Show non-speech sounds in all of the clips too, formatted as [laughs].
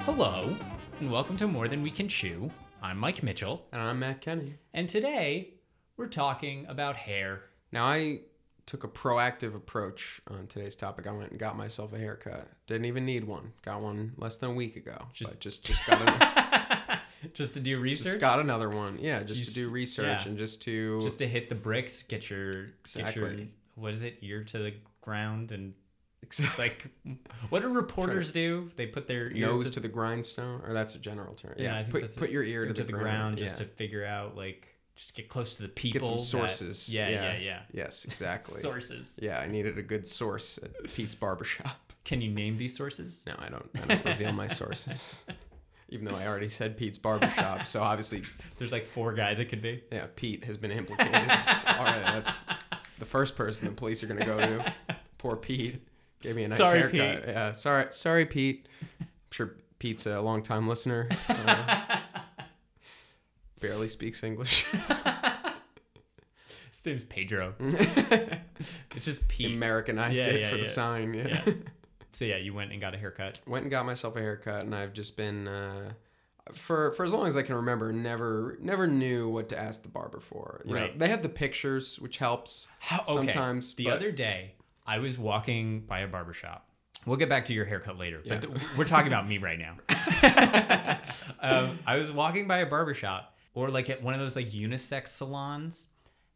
Hello, and welcome to More Than We Can Chew. I'm Mike Mitchell, And I'm Matt Kenny. and today we're talking about hair. [laughs] Now, I took a proactive approach on today's topic. I went and got myself a haircut. Didn't even need one. Got one less than a week ago. Just- Just, but just, just, [laughs] got, an, just to do research, just got another one. Yeah, just You to s- do research yeah. and just to. just [laughs] to hit the bricks, get your get your Exactly. what is it, ear to the ground, and Exact- like what do reporters do? They put their ear nose to the grindstone, or that's a general term. Yeah, Yeah, I think that's put it. put your ear ear to, the, ground. just to yeah. figure out like just get close to the people. get some that- sources. yeah, yeah, yeah, yeah, [laughs] Yes, exactly. Sources. Yeah, I needed a good source at Pete's barbershop. Can you name these sources? No, I don't. I don't reveal [laughs] my sources, even though I already said Pete's barbershop. So obviously, There's like four guys it could be. yeah, Pete has been implicated. All right, that's the first person the police are going to go to. Poor Pete gave me a nice Sorry, haircut. Yeah, sorry, sorry, Pete. I'm sure Pete's a longtime listener. Uh, barely speaks English. His name's [laughs] Pedro. It's just [laughs] Pete. Americanized Yeah, it yeah, for the yeah. sign. Yeah. Yeah. so yeah, you went and got a haircut. [laughs] Went and got myself a haircut, and I've just been uh, for for as long as I can remember. Never never knew what to ask the barber for. You know, Right. they have the pictures, which helps How, okay. sometimes. The but- other day, I was walking by a barber shop. We'll get back to your haircut later, Yeah. but th- we're talking about me right [laughs] now. [laughs] um, I was walking by a barber shop or like at one of those like unisex salons,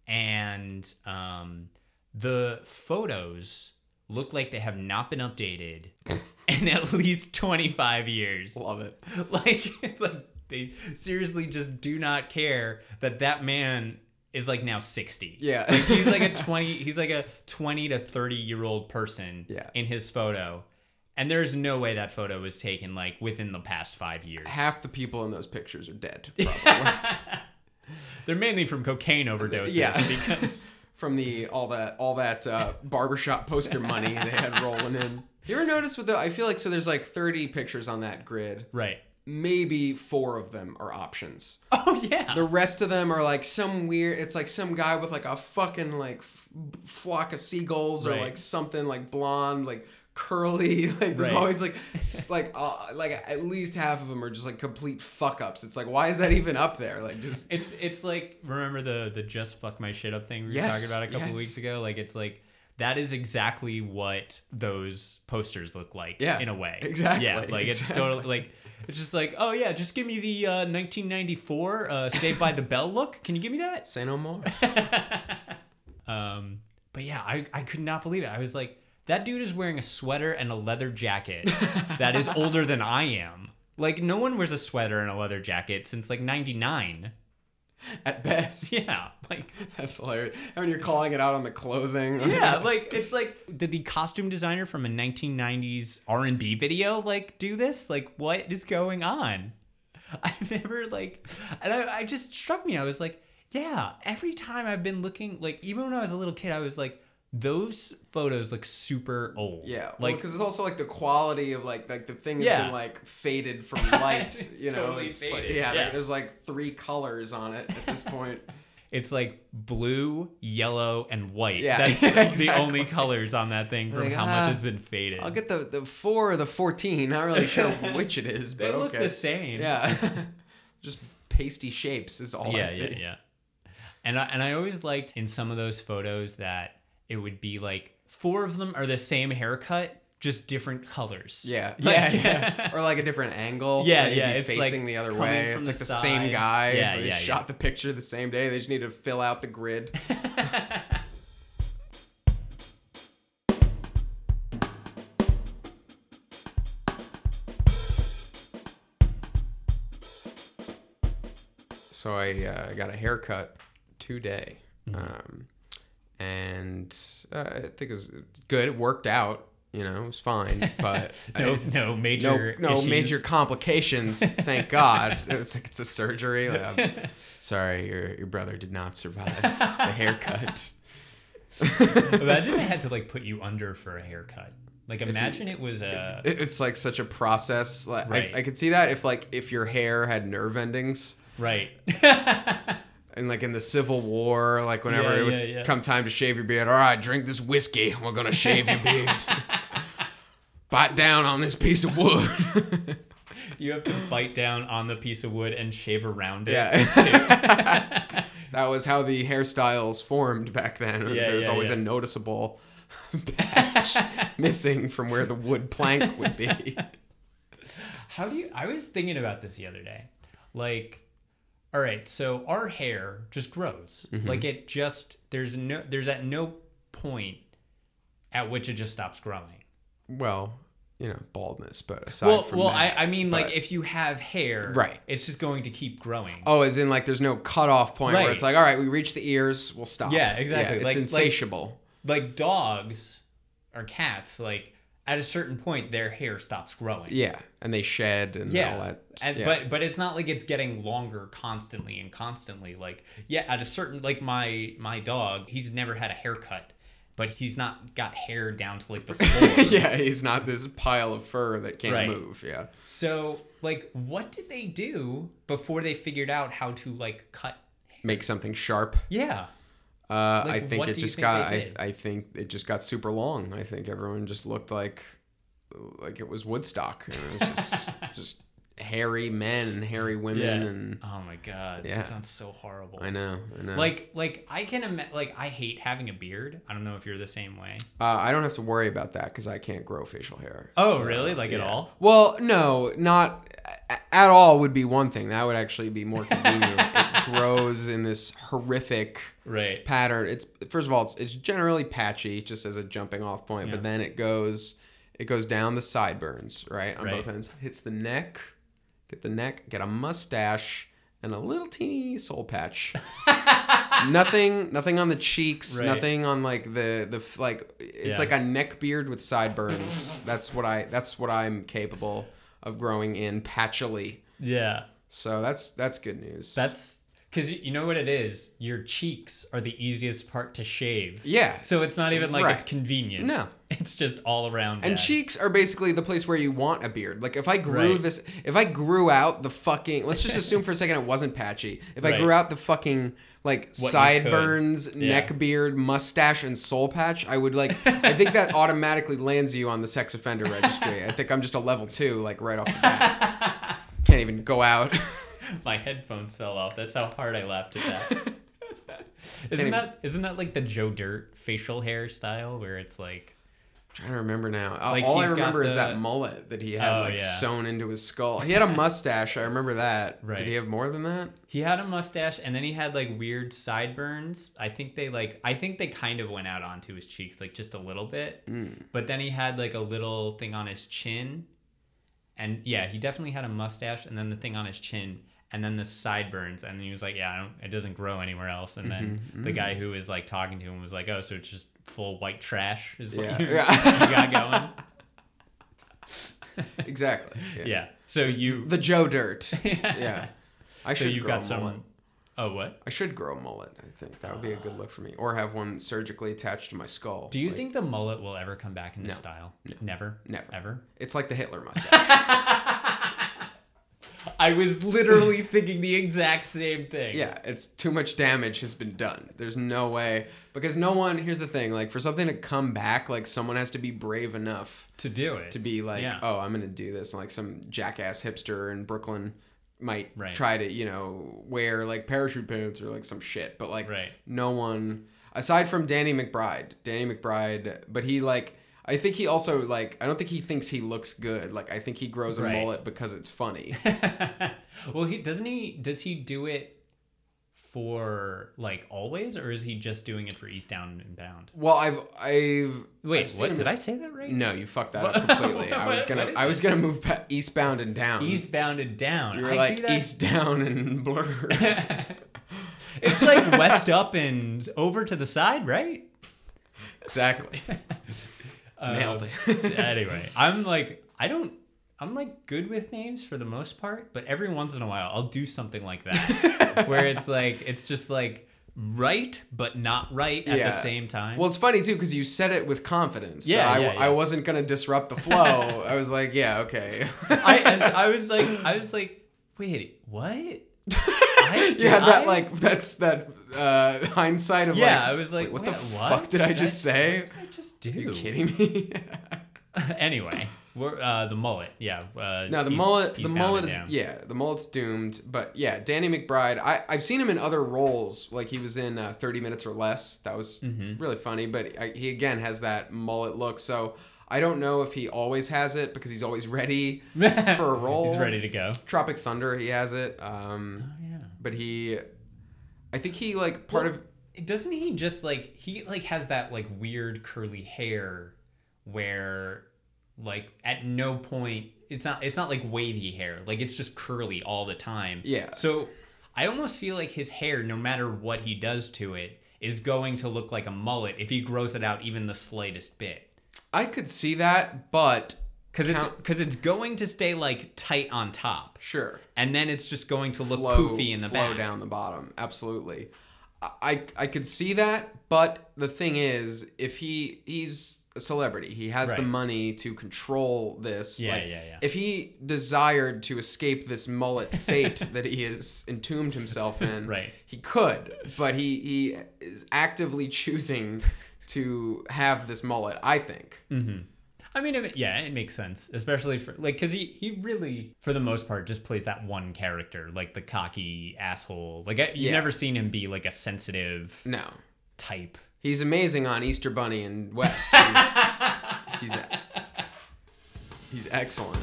and um, the photos look like they have not been [laughs] updated in at least 25 years. [laughs] love it. like like they seriously just do not care that that man is like now 60 Yeah. like he's [laughs] like a 20 he's like a 20 to 30 year old person Yeah. in his photo and there's no way that photo was taken like within the past five years half the people in those pictures are [laughs] dead. Probably. they're mainly from cocaine overdoses Yeah. [laughs] because From the all that all that uh, barbershop poster money they had rolling in. You ever notice with the? I feel like so. There's like 30 pictures on that grid. right Maybe four of them are options. oh yeah The rest of them are like some weird. It's like some guy with like a fucking like f- flock of seagulls Right. or like something like blonde, like curly. [laughs] Like there's Right. always like s- like uh, like at least half of them are just like complete fuck ups. It's like why is that even up there? Like just It's it's like remember the the just fuck my shit up thing we were Yes, talking about a couple yes. weeks ago. Like it's like that is exactly what those posters look like. Yeah, in a way. exactly, Yeah, like it's exactly. totally like it's just like oh yeah, just give me the uh, 1994 uh, Saved by the Bell look. Can you give me that? say no more. Um, but yeah, I I could not believe it. I was like, that dude is wearing a sweater and a leather jacket that is older than I am. Like no one wears a sweater and a leather jacket since like '99. At [laughs] best. [laughs] Yeah, like. That's hilarious. I mean, you're calling it out on the clothing. [laughs] yeah like it's like did the costume designer from a 1990s r&b video like do this like what is going on [laughs] i've never like and i, I just struck me i was like yeah every time i've been looking like even when i was a little kid i was like those photos look super old Yeah, like like because it's also like the quality of like like the thing has Yeah. been [laughs] like faded from light. It's you know, totally it's like, faded, yeah, yeah. Like, there's like three colors on it at this [laughs] point. it's like blue yellow and white Yeah, [laughs] that's exactly. the only colors on that thing from Like, how ah, much has been faded I'll get the the four or the fourteen. Not [laughs] really sure which it is, they but look okay. the same Yeah, [laughs] just pasty shapes is all. I yeah, see. yeah, yeah. And I, and I always liked in some of those photos that it would be like four of them are the same haircut, just different colors. Yeah, Like- yeah, [laughs] yeah. or like a different angle. Yeah, like, you'd yeah, Be it's, facing like, the other coming way. from It's the like the same side. guy. Yeah, so they yeah, yeah. shot the picture the same day. They just need to fill out the grid. so I uh, got a haircut today, Mm-hmm. um, and uh, I think it was good. It worked out. You know, it [laughs] was fine, but [laughs] No, I- no no, major. no issues. major [laughs] complications. Thank God. It was like it's a surgery. [laughs] Like, I'm sorry, your your brother did not survive [laughs] the haircut. [laughs] imagine they had to like put you under for a haircut. Like imagine it was uh, a. It- It's like such a process. Like Right. I, I could see that if like if your hair had nerve endings. [laughs] Right. And like in the Civil War, like whenever Yeah, it was yeah, yeah. come time to shave your beard, all right, drink this whiskey. We're [laughs] gonna shave your beard. Bite down on this piece of wood. You have to bite down on the piece of wood and shave around it. [laughs] [laughs] Yeah. that was how the hairstyles formed back then. was Yeah, there was yeah, always yeah. a noticeable patch [laughs] missing from where the wood plank would be. How do you? I was thinking about this the other day. Like, all right, so our hair just grows. Mm-hmm. Like it just there's no there's at no point at which it just stops growing. Well, you know, baldness, but aside Well, from well, that. I, I mean, like but- if you have hair, Right. it's just going to keep growing. Oh, as in like there's no cutoff point where Right. it's like, all right, we reach the ears, we'll stop. Yeah, exactly. it's Like- like- insatiable. Like dogs or cats, like at a certain point, their hair stops growing. yeah, and they shed and Yeah. all that. And, yeah. But but it's not like it's getting longer constantly and constantly. Like yeah, at a certain like my my dog, he's never had a haircut, but he's not got hair down to [laughs] like the floor. yeah, he's not this pile of fur that can't Right. move. Yeah. So like, what did they do before they figured out how to like cut? Make something sharp. Yeah, Uh, Like, I think what it do you just think got. they I, did? I think it just got super long. I think everyone just looked like like it was Woodstock. And it was [laughs] just just hairy men and hairy women, Yeah. and Oh my god, Yeah. that sounds so horrible. I know, I know. Like like I can imagine. Like I hate having a beard. I don't know if you're the same way. uh, I don't have to worry about that because I can't grow facial hair. Oh, really? Like, at all? Well, no, not a- at all. Would be one thing that would actually [laughs] be more convenient. it grows in this horrific. Right. pattern. It's first of all, it's, it's generally patchy, just as a jumping off point. Yeah. But then it goes, it goes down the sideburns, right, on Right. both ends. Hits the neck, get the neck, get a mustache, and a little teeny soul [laughs] patch. nothing, nothing on the cheeks. Right. Nothing on like the the f- like. Yeah. It's like a neck beard with sideburns. that's what I. That's what I'm capable of growing in patchily. Yeah. So that's that's good news. That's because you know what it is. Your cheeks are the easiest part to shave. yeah. So it's not even like it's Right. convenient. No. [laughs] It's just all around. And bad. cheeks are basically the place where you want a beard. Like if I grew Right. this, if I grew out the fucking, let's just assume for a second it wasn't patchy. If I Right. grew out the fucking like could. sideburns, Yeah. neck beard, mustache, and soul patch, I would like. I [laughs] think that automatically lands you on the sex offender registry. I think I'm just a level two, like right off the bat. Can't even go out. [laughs] [laughs] My headphones fell off. That's how hard I laughed at [laughs] that. isn't Anyway. that isn't that like the Joe Dirt facial hair style where it's like trying to remember now. Uh, Like, All I he's got remember is the- that mullet that he had Oh, like yeah. sewn into his skull. He had a mustache. I remember that. Right. Did he have more than that? he had a mustache and then he had like weird sideburns. I think they like I think they kind of went out onto his cheeks like just a little bit. Mm. But then he had like a little thing on his chin. And yeah, he definitely had a mustache and then the thing on his chin and then the sideburns. And he was like, yeah, I don't, it doesn't grow anywhere else. And then Mm-hmm. the guy who was like talking to him was like, oh, so it's just full white trash is what Yeah. you, [laughs] Yeah. you got [laughs] going. Exactly. Yeah. So you, [laughs] The [laughs] Joe Dirt. yeah. I so should you grow got a some. mullet. Oh, what? I should grow a mullet, I think. That would be a good look for me. Or have one surgically attached to my skull. Do you Like, think the mullet will ever come back into No. style? Never? Never. Ever? [laughs] it's like the Hitler mustache? I was literally [laughs] thinking the exact same thing. yeah, it's too much damage has been done. There's no way because no one, here's the thing, like for something to come back, like someone has to be brave enough To do it. to be like, Yeah. "Oh, I'm going to do this." And like some jackass hipster in Brooklyn might Right. try to, you know, wear like parachute pants or like some shit, but like Right. no one aside from Danny McBride. Danny McBride, but he like I think he also like I don't think he thinks he looks good. Like I think he grows a Right. mullet because it's funny. [laughs] well, he doesn't he does he do it for like always, or is he just doing it for East Down and Bound? well, I've I've Wait, I've seen what him- did I say that right? No, you fucked that What- [laughs] up completely. I was what- gonna what is I was gonna move pa- eastbound and down. East Bound and Down. you were I like do that- east down and blur. [laughs] it's like west up and over to the side, right? exactly. Nailed Um, it. [laughs] anyway, I'm like I don't. I'm like good with names for the most part, but every once in a while I'll do something like [laughs] that where it's like it's just like right but not right at the Yeah. same time. Well, it's funny too because you said it with confidence. Yeah, that I, yeah, yeah. I wasn't gonna disrupt the [laughs] flow. I was like, yeah, okay. [laughs] I, as, I was like, I was like, wait, what? I, [laughs] You had I- that like that's that uh, hindsight of yeah. like, I was like, wait, what wait, the fuck did I just say? What did I just do? Are you kidding me? [laughs] [laughs] anyway, we're, uh, the mullet. Yeah. Uh, No, the he's- mullet. he's The bound mullet it is down. yeah. The mullet's doomed. But yeah, Danny McBride. I I've seen him in other roles. Like he was in uh, Thirty Minutes or Less. That was Mm-hmm. really funny. But I, he again has that mullet look. So I don't know if he always has it because he's always ready for a role. [laughs] He's ready to go. Oh, Tropic Thunder. He has it. Um, Yeah. but he, I think he like part of. Doesn't he just like he like has that like weird curly hair where like at no point it's not it's not like wavy hair. Like it's just curly all the time. Yeah. So I almost feel like his hair no matter what he does to it is going to look like a mullet if he grows it out even the slightest bit. I could see that, but Cuz it's Count- cuz it's going to stay like tight on top sure. and then it's just going to look flow, poofy in the flow back. down the bottom. Absolutely. I I could see that, but the thing is, if he he's a celebrity, he has the Right. money to control this. Yeah, like, yeah, yeah. If he desired to escape this mullet fate that he has entombed himself in, Right. he could, but he he is actively choosing to have this mullet. I think. I mean, it, yeah, it makes sense, especially for like because he he really for the most part just plays that one character, like the cocky asshole. Like I, you've Yeah. never seen him be like a sensitive No, type. he's amazing on Easter Bunny and West. He's- he's he's excellent.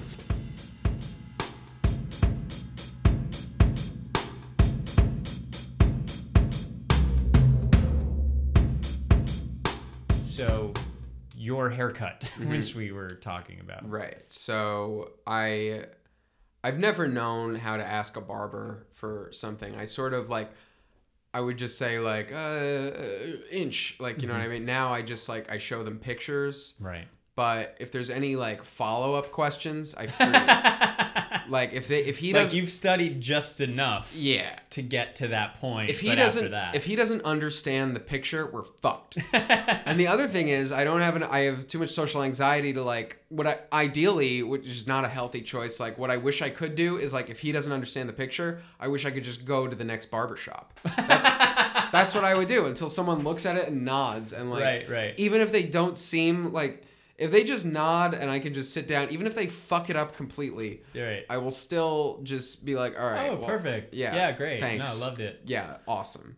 So your haircut, [laughs] which we were talking about, Mm-hmm. Right. So I I've never known how to ask a barber for something. I sort of like I would just say like uh, uh inch, like you know what I mean? Now I just like I show them pictures, right? but if there's any like follow-up questions, I freeze. like if they if he like doesn't you've studied just enough yeah. to get to that point. If he but doesn't after that, if he doesn't understand the picture, we're [laughs] fucked. and the other thing is I don't have an I have too much social anxiety to like what I ideally, which is not a healthy choice, like what I wish I could do is like if he doesn't understand the picture, I wish I could just go to the next barber shop. [laughs] That's that's what I would do until someone looks at it and nods and like Right, right. even if they don't seem like if they just nod and I can just sit down, even if they fuck it up completely, right. I will still just be like, all right. oh, well, perfect. Yeah. yeah, great. Thanks. No, loved it. Yeah, awesome.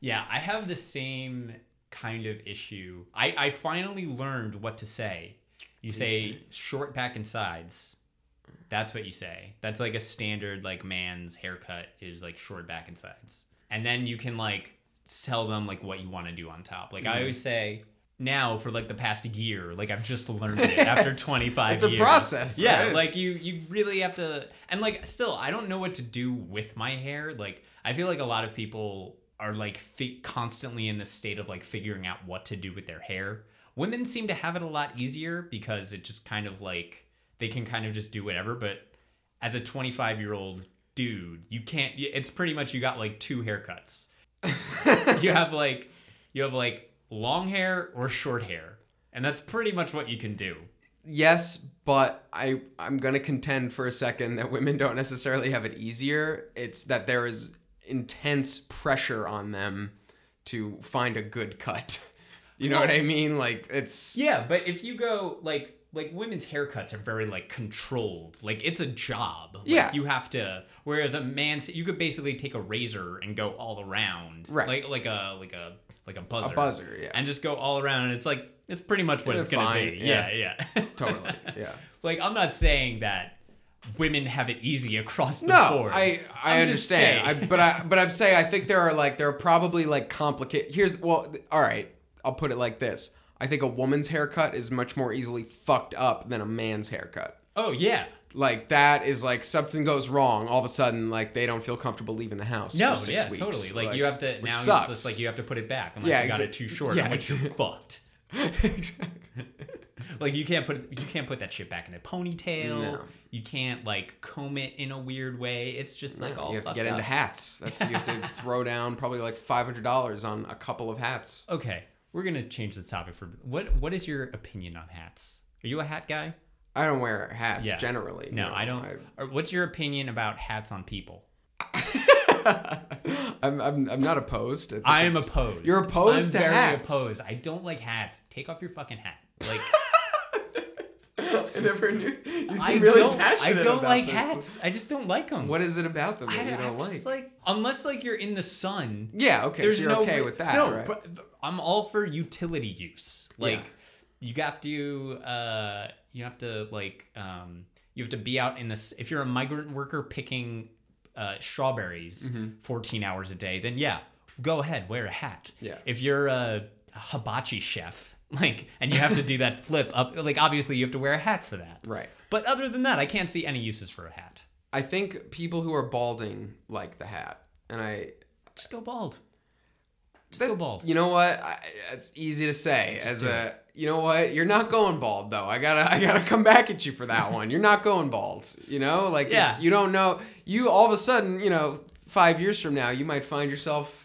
Yeah, I have the same kind of issue. I, I finally learned what to say. You say short back and sides. That's what you say. That's like a standard like man's haircut is like short back and sides. And then you can like tell them like what you want to do on top. Like Mm-hmm. I always say now for like the past year, like I've just learned it after 25 [laughs] It's a years. process, Yeah, right? like you you really have to and like still I don't know what to do with my hair. Like I feel like a lot of people are like fi- constantly in this state of like figuring out what to do with their hair. Women seem to have it a lot easier because it just kind of like they can kind of just do whatever, but as a 25-year-old dude, you can't it's pretty much you got like two haircuts. you have like you have like long hair or short hair. And that's pretty much what you can do. Yes, but I I'm gonna contend for a second that women don't necessarily have it easier. It's that there is intense pressure on them to find a good cut. [laughs] You know what I mean? Like it's Yeah, but if you go like like women's haircuts are very like controlled. Like it's a job. Like, Yeah. You have to whereas a man's you could basically take a razor and go all around. Right. Like like a like a like a buzzer. a buzzer. Yeah, And just go all around and it's like it's pretty much what It'll it's gonna fine, be. yeah. yeah. yeah. [laughs] totally. Yeah. like I'm not saying that women have it easy across the No, board. I I I'm just understand. I, saying. but I but I'm saying I think there are like there are probably like complicated. Here's well, th- all right. I'll put it like this. I think a woman's haircut is much more easily fucked up than a man's haircut. Oh yeah. like that is like something goes wrong all of a sudden like they don't feel comfortable leaving the house No, for six yeah, weeks. totally. Like, you have to which now sucks. it's just like you have to put it back unless Yeah, you got exa- it too short, yeah, yeah, which you're fucked. [laughs] exactly. Like you can't put you can't put that shit back in a ponytail. No. You can't like comb it in a weird way. It's just like all you have to fucked get into up. hats that's you [laughs] have to throw down probably like $500 on a couple of hats Okay, we're gonna change the topic for what what is your opinion on hats? Are you a hat guy? i don't wear hats Yeah. generally No, I don't. or what's your opinion about hats on people? I, [laughs] am I'm, I'm not opposed think I am it's- opposed. you're opposed I'm to very hats. [laughs] opposed. I don't like hats. Take off your fucking hat. Like [laughs] I never knew. You seem I really don't, I passionate don't about like this. hats. I just don't like them. What is it about them that I, you I don't like? just like unless like you're in the sun. Yeah, okay, there's so you're no okay re- with that, No, right? but but I'm all for utility use. Like Yeah. you have to uh you have to like um you have to be out in this if you're a migrant worker picking uh strawberries Mm-hmm. 14 hours a day, then yeah, go ahead, wear a hat. Yeah. If you're a hibachi chef, [laughs] like and you have to do [laughs] that flip up like obviously you have to wear a hat for that. right. But other than that, I can't see any uses for a hat. I think people who are balding like the hat, and I. Just go bald. Just that- go bald. You know what? I, it's easy to say as a. You know what? You're not going bald though. I gotta, I gotta come back at you [laughs] for that one. You're not going bald. You know, like it's, Yeah. you don't know. You all of a sudden, you know, five years from now, you might find yourself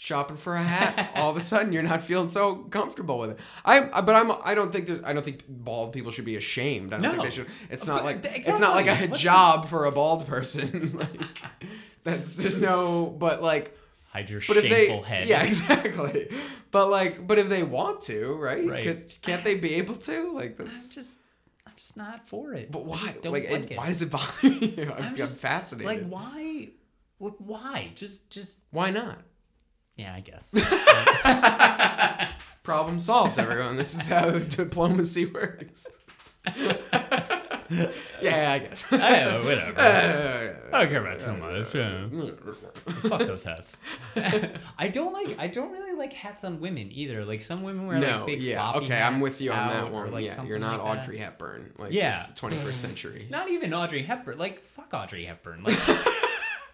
shopping for [laughs] a hat. all of a sudden, you're not feeling so comfortable with it. I, but I'm, I don't think there's, I don't think bald people should be ashamed. I don't think No. they should. It's Of not cour- like, th- it's not like a exactly. What's the- hijab for a bald person. [laughs] like that's there's no, but like Hide your but if shameful they head. yeah [laughs] exactly but like but if they want to right, Right. Could, can't they be able to like I'm that's just, I'm just not for it. I but why just don't like, it- like it. why does it [laughs] bother you i'm, I'm I'm just, fascinated Like why? Like why? Just, just why not yeah, I [laughs] guess. problem solved everyone this is how [laughs] [laughs] diplomacy works yeah i guess I, [laughs] whatever. I don't care about too much. yeah. Fuck those hats. [laughs] I don't like. I don't really like hats on women either. Like some women wear no like big yeah floppy okay i'm hats with you on out that or, one like, yeah you're something not like that. audrey hepburn like Yeah. [laughs] it's 21st century Not even Audrey Hepburn. Like fuck Audrey Hepburn. [laughs]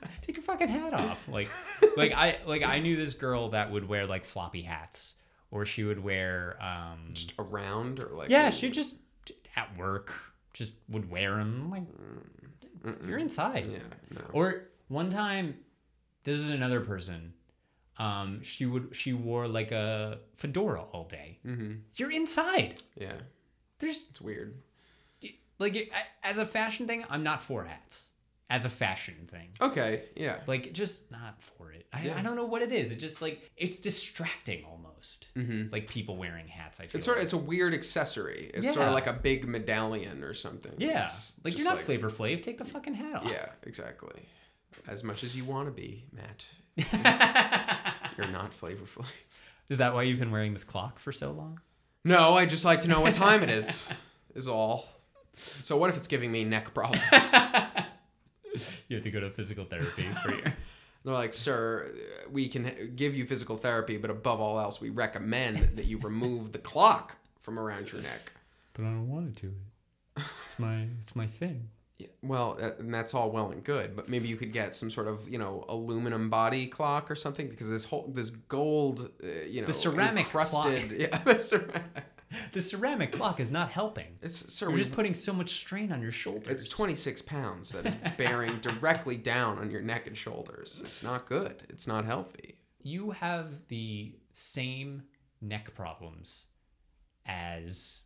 Like take your fucking hat off. Like like I like I knew this girl that would wear like floppy hats or she would wear um around or like yeah, she just at work just would wear them. Like you're inside. Mm, yeah no Or one time, this is another person. Um, she would she wore like a fedora all day. mm-hmm. You're inside. yeah There's it's weird like I- as a fashion thing, I'm not for hats. As a fashion thing, Okay, yeah. like just not for it. I, Yeah. I don't know what it is. It just like it's distracting almost. Mm-hmm. Like people wearing hats. I feel It's sort of like. it's a weird accessory. It's sort Yeah. of like a big medallion or something. yeah. It's Like just you're not Flavor Flav. Take the fucking hat off. Yeah, exactly. As much as you want to be, Matt, [laughs] you're not Flavor Flav. is that why you've been wearing this clock for so long? No, I just like to know what time it is. [laughs] Is all. So what if it's giving me [laughs] neck problems? You have to go to physical therapy for your. They're like, sir, we can give you physical therapy, but above all else, we recommend that you remove the clock from around your neck. [laughs] but I don't want to do it. It's my it's my thing. Yeah, well, uh, and that's all well and good, but maybe you could get some sort of you know aluminum body clock or something because this whole this gold uh, you know ceramic encrusted [laughs] yeah the ceramic The ceramic clock is not helping. it's sir You're we, just putting so much strain on your shoulders. it's 26 pounds that is bearing directly down on your neck and shoulders. It's not good. It's not healthy. You have the same neck problems as.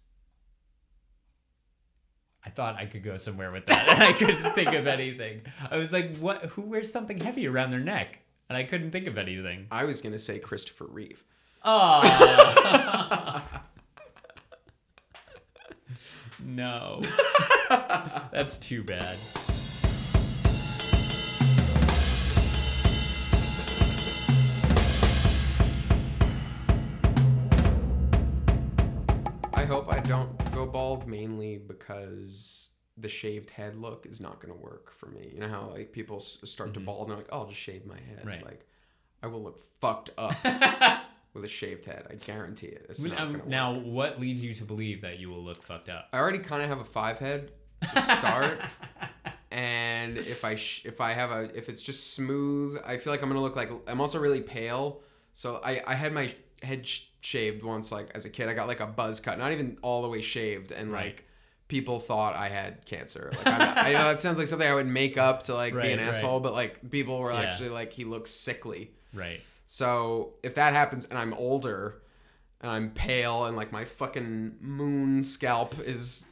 I thought I could go somewhere with that, and I couldn't think of anything. I was like, "What? Who wears something heavy around their neck?" And I couldn't think of anything. I was gonna say Christopher Reeve. [laughs] Oh. no. That's too bad. I hope I don't go bald mainly because the shaved head look is not going to work for me. You know how like people s- start to bald and they're like, "Oh, I'll just shave my head." Mm-hmm. Right. Like, I will look fucked up [laughs] with a shaved head. I guarantee it. It's not Um, going to now, work. what leads you to believe that you will look fucked up? I already kind of have a five head [laughs] to start, and if I sh- if I have a if it's just smooth, I feel like I'm going to look like I'm also really pale. So I I had my head sh- shaved once like as a kid. I got like a buzz cut, not even all the way shaved, and Right. like people thought I had cancer. Like I'm not- I know that sounds like something I would make up to like be Right, an right. asshole, but like people were Yeah. actually like he looks sickly. Right. So if that happens and I'm older and I'm pale and like my fucking moon scalp is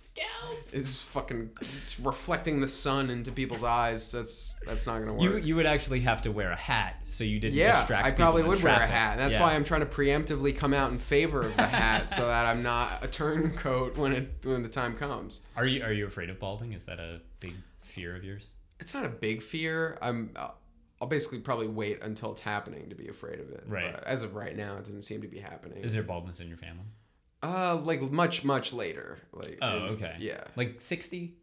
Scalp. is fucking it's reflecting the sun into people's eyes. That's that's not gonna work. You you would actually have to wear a hat so you didn't yeah, distract. I people probably in would wear a traffic. hat. and That's Yeah. why I'm trying to preemptively come out in favor of the hat so that I'm not a turncoat when it when the time comes. Are you are you afraid of balding? Is that a big fear of yours? It's not a big fear. I'm I'll- I'll basically probably wait until it's happening to be afraid of it. Right. But as of right now, it doesn't seem to be happening. Is there baldness in your family? Uh, like much much later. Like Oh, in- okay. Yeah. Like sixty?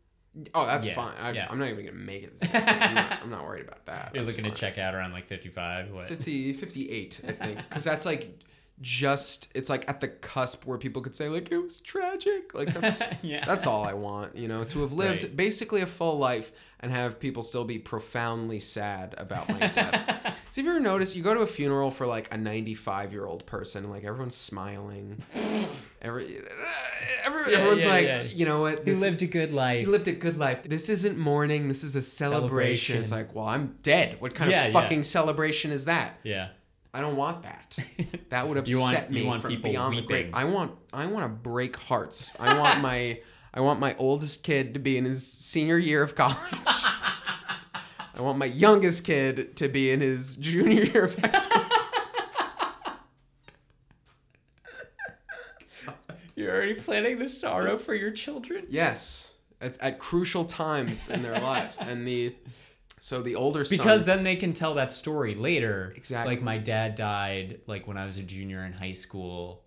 Oh, that's Yeah, fine. I, yeah. I'm not even gonna make it. to 60. I'm, not, I'm not worried about that. You're That's looking fine. to check out around like fifty-five. What? 50, 58, I think, because that's like just it's like at the cusp where people could say like it was tragic. [laughs] Like that's [laughs] yeah. that's all I want, you know, to have lived Right. basically a full life and have people still be profoundly sad about my [laughs] death. So if you ever notice, you go to a funeral for like a 95 year old person, like everyone's smiling. [laughs] Every, uh, every, Yeah, everyone's yeah, like, yeah. you know what? you this- lived a good life. he lived a good life. This isn't mourning. This is a celebration. It's Celebration. like, well, I'm dead. What kind Yeah, yeah. of fucking celebration is that? yeah. I don't want [laughs] that. That would upset You want- you me want from people beyond the grave. weeping. I want I want to break hearts. I [laughs] want my I want my oldest kid to be in his senior year of [laughs] college. I want my youngest kid to be in his junior year of [laughs] high school. You're already planning the sorrow for your children. Yes, at, at crucial times in their lives, and the so the older son Because then they can tell that story later. Exactly. Like my dad died like when I was a junior in high school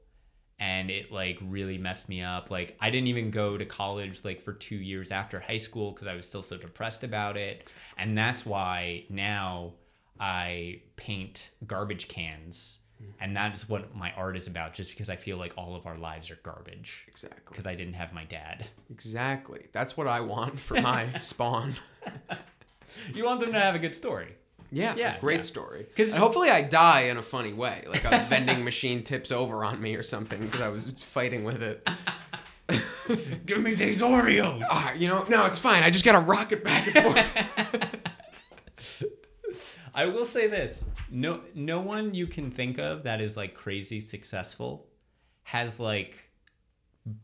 and it like really messed me up. Like I didn't even go to college like for 2 years after high school cuz I was still so depressed about it. And that's why now I paint garbage cans. Mm-hmm. And that is what my art is about just because I feel like all of our lives are garbage exactly. because I didn't have my dad. [laughs] Exactly. That's what I want for my spawn. You want them to have a good story. Yeah, Yeah, a great yeah. story. 'Cause- And hopefully I die in a funny way, like a vending [laughs] machine tips over on me or something because I was fighting with [laughs] it. [laughs] Give me these Oreos. Ah, you know, no, it's fine. I just gotta rock it back and forth. [laughs] I will say this: no, no one you can think of that is like crazy successful has like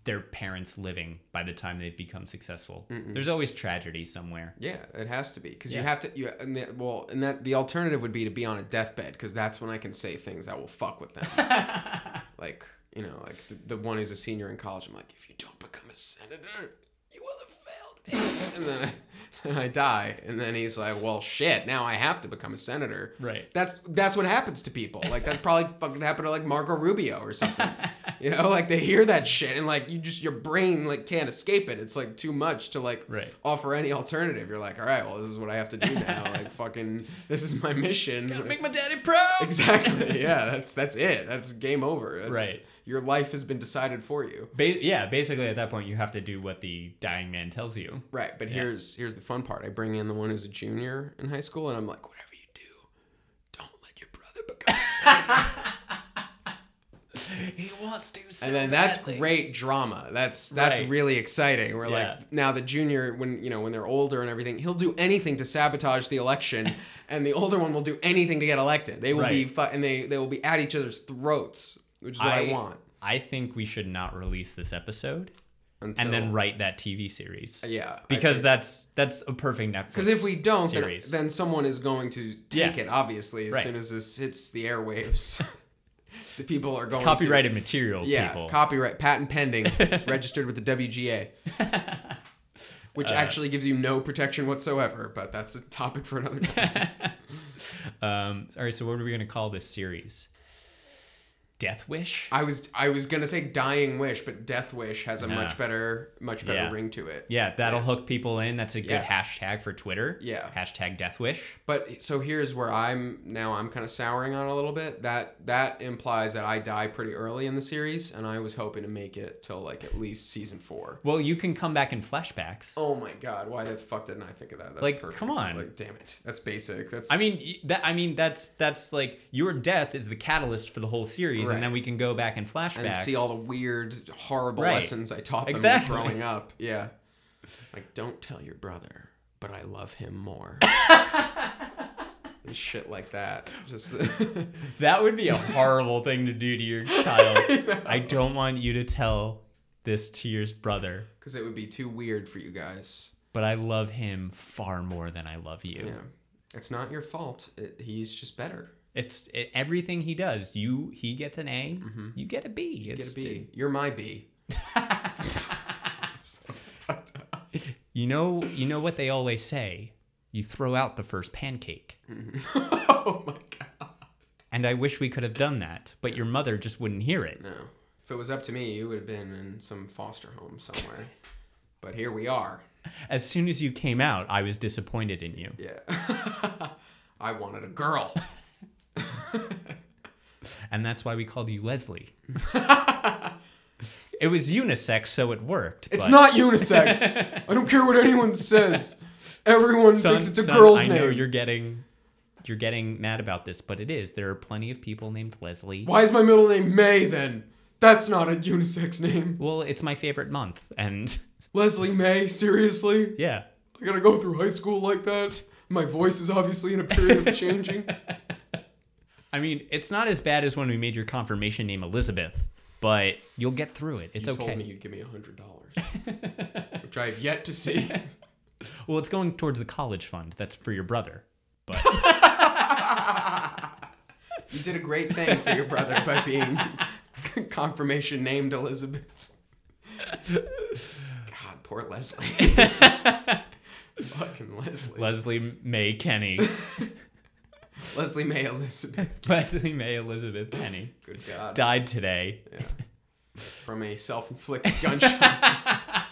their parents living by the time they've become successful. There's always tragedy [laughs] somewhere. yeah, it has to be because Yeah. you have to. You and the, well, and that the alternative would be to be on a deathbed because that's when I can say things that will fuck with them. [laughs] like you know, like the, the one who's a senior in college. I'm like, if you don't become a senator, [laughs] you will have failed. me." and then I, [laughs] and I die, and then he's like, well, shit. Now I have to become a senator. Right. That's that's what happens to people. Like [laughs] that probably fucking happened to like Marco Rubio or something. you know, like they hear that shit and like you just your brain like can't escape it. It's like too much to like Right. offer any alternative. You're like, all right, well this is what I have to [laughs] do now. like fucking this is my mission. Gotta make my daddy proud. [laughs] exactly. Yeah, that's that's it. That's game over. That's, Right. Your life has been decided for you. Ba- yeah, basically at that point you have to do what the dying man tells you. Right, but here's here's the fun part. I bring in the one who's a junior in high school, and I'm like, whatever you do, don't let your brother [laughs] become a senator. He wants to. So and then that's great drama. That's that's Right. really exciting. We're Yeah. like now the junior when you know when they're older and everything, he'll do anything to sabotage [laughs] the election, and the older one will do anything to get elected. They will be Right. fu- and they they will be at each other's throats, which is what I, I- want. I think we should not release this episode Until, and then write that TV series yeah, because that's that's a perfect Netflix. because if we don't, then, series. then someone is going to take Yeah. it. Obviously, as Right. soon as this hits [laughs] the airwaves, the people are going to copyrighted material Yeah, people. copyright, patent pending, [laughs] It's registered with the WGA, which Uh, actually gives you no protection whatsoever. But that's a topic for [laughs] another time. um, all right, so what are we going to call this series? Death Wish? I was I was gonna say Dying Wish, but Death Wish has a Yeah. much better much better Yeah. ring to it. Yeah, that'll Yeah. hook people in. That's a good Yeah. hashtag for Twitter. Yeah. Hashtag Death Wish. But so here's where I'm now I'm kind of souring on a little bit. That that implies that I die pretty early in the series, and I was hoping to make it till like at least season four. Well, you can come back in flashbacks. Oh my god, why the fuck didn't I think of that? That's Like, come on. Like, damn it. That's basic. That's I mean, y- that I mean that's that's like your death is the catalyst for the whole series, Right. and then we can go back in flashbacks. and see all the weird, horrible Right. lessons I taught them Exactly. growing up. Yeah. Like, don't tell your brother, but I love [laughs] him more. And Shit like that. Just [laughs] that would be a horrible thing to do to your child. I don't want you to tell this to your brother, because it would be too weird for you guys. but I love him far more than I love you. Yeah, it's not your fault. It, he's just better. It's it, everything he does. You he gets an A, you get a B. Mm-hmm. You It's, get a B. You're my B. You know you know what they always say. You throw out the first pancake. [laughs] oh my god. And I wish we could have done that, but your mother just wouldn't hear it. No. If it was up to me, you would have been in some foster [laughs] home somewhere. but here we are. As soon as you came out, I was disappointed in you. Yeah. [laughs] I wanted a girl. And that's why we called you [laughs] Leslie. it was unisex, so it worked. It's but- not unisex. [laughs] I don't care what anyone says. Everyone Son- thinks it's a son, girl's I name. know you're getting you're getting mad about this, but it is. There are plenty of people named Leslie. Why is my middle name May then? That's not a unisex name. Well, it's my favorite month, and [laughs] Leslie May, seriously? yeah. I gotta go through high school like that? My voice is obviously in a period of [laughs] changing. I mean, it's not as bad as when we made your confirmation name Elizabeth, but you'll get through it. It's you okay. told me you'd give me a hundred dollars, which I have yet [laughs] to see. Well, it's going towards the college fund. That's for your brother. But You did a great thing for your brother by being [laughs] confirmation [laughs] named Elizabeth. God, poor [laughs] Leslie. Fucking Leslie. Leslie May [laughs] Kenny, [laughs] Leslie May Elizabeth. Leslie May Elizabeth Kenny, Good God. died today. Yeah. From [laughs] a self-inflicted gunshot.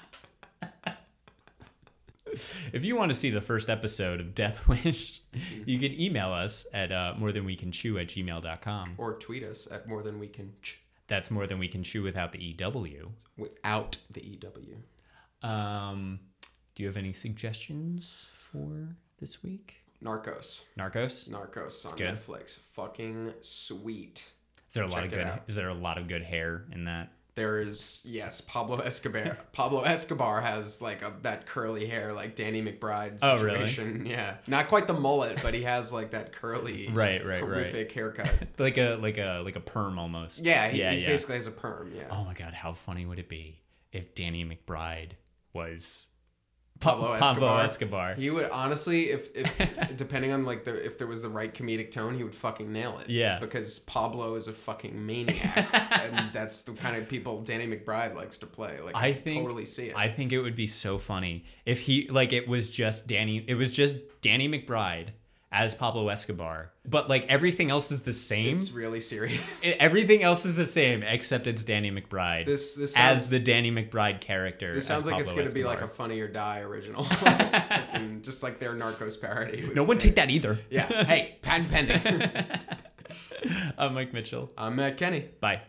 If you want to see the first episode of Death [laughs] Wish, Mm-hmm. you can email us at uh, more than we can chew at gmail.com. or tweet us at more than we can ch- That's more than we can chew without the E EW. without the E EW. Um, do you have any suggestions for this week? Narcos. Narcos? Narcos on good. Netflix. Fucking sweet. Is there a lot of Check it good? out. Is there a lot of good hair in that? There is yes, [laughs] Pablo Escobar. Pablo Escobar has like a that curly hair, like Danny McBride Oh, really? situation. Yeah, not quite the mullet, but he has like that curly, [laughs] Right, right, right. horrific haircut. Like a like a like a perm almost. Yeah, he, yeah, he yeah. basically has a perm. Yeah, Oh my god, how funny would it be if Danny McBride was Pablo Pablo Escobar. Escobar? He would honestly, if, [laughs] if depending on like the if there was the right comedic tone, he would fucking nail it. Yeah. because Pablo is a fucking maniac, [laughs] and that's the kind of people Danny McBride likes to play. Like I I, think- totally see it. I think it would be so funny if he like it was just Danny it was just Danny McBride as Pablo Escobar, but like everything else is the same. it's really serious. E- everything else is the same except it's Danny McBride [laughs] this this sounds as the Danny McBride character. This sounds as like it's Pablo going to be like a Escobar. Funny or Die [laughs] original, [laughs] Fucking just like their Narcos parody. No one take that either. [laughs] Yeah. Hey, patent pending. I'm Mike Mitchell. I'm Matt Kenny. Bye.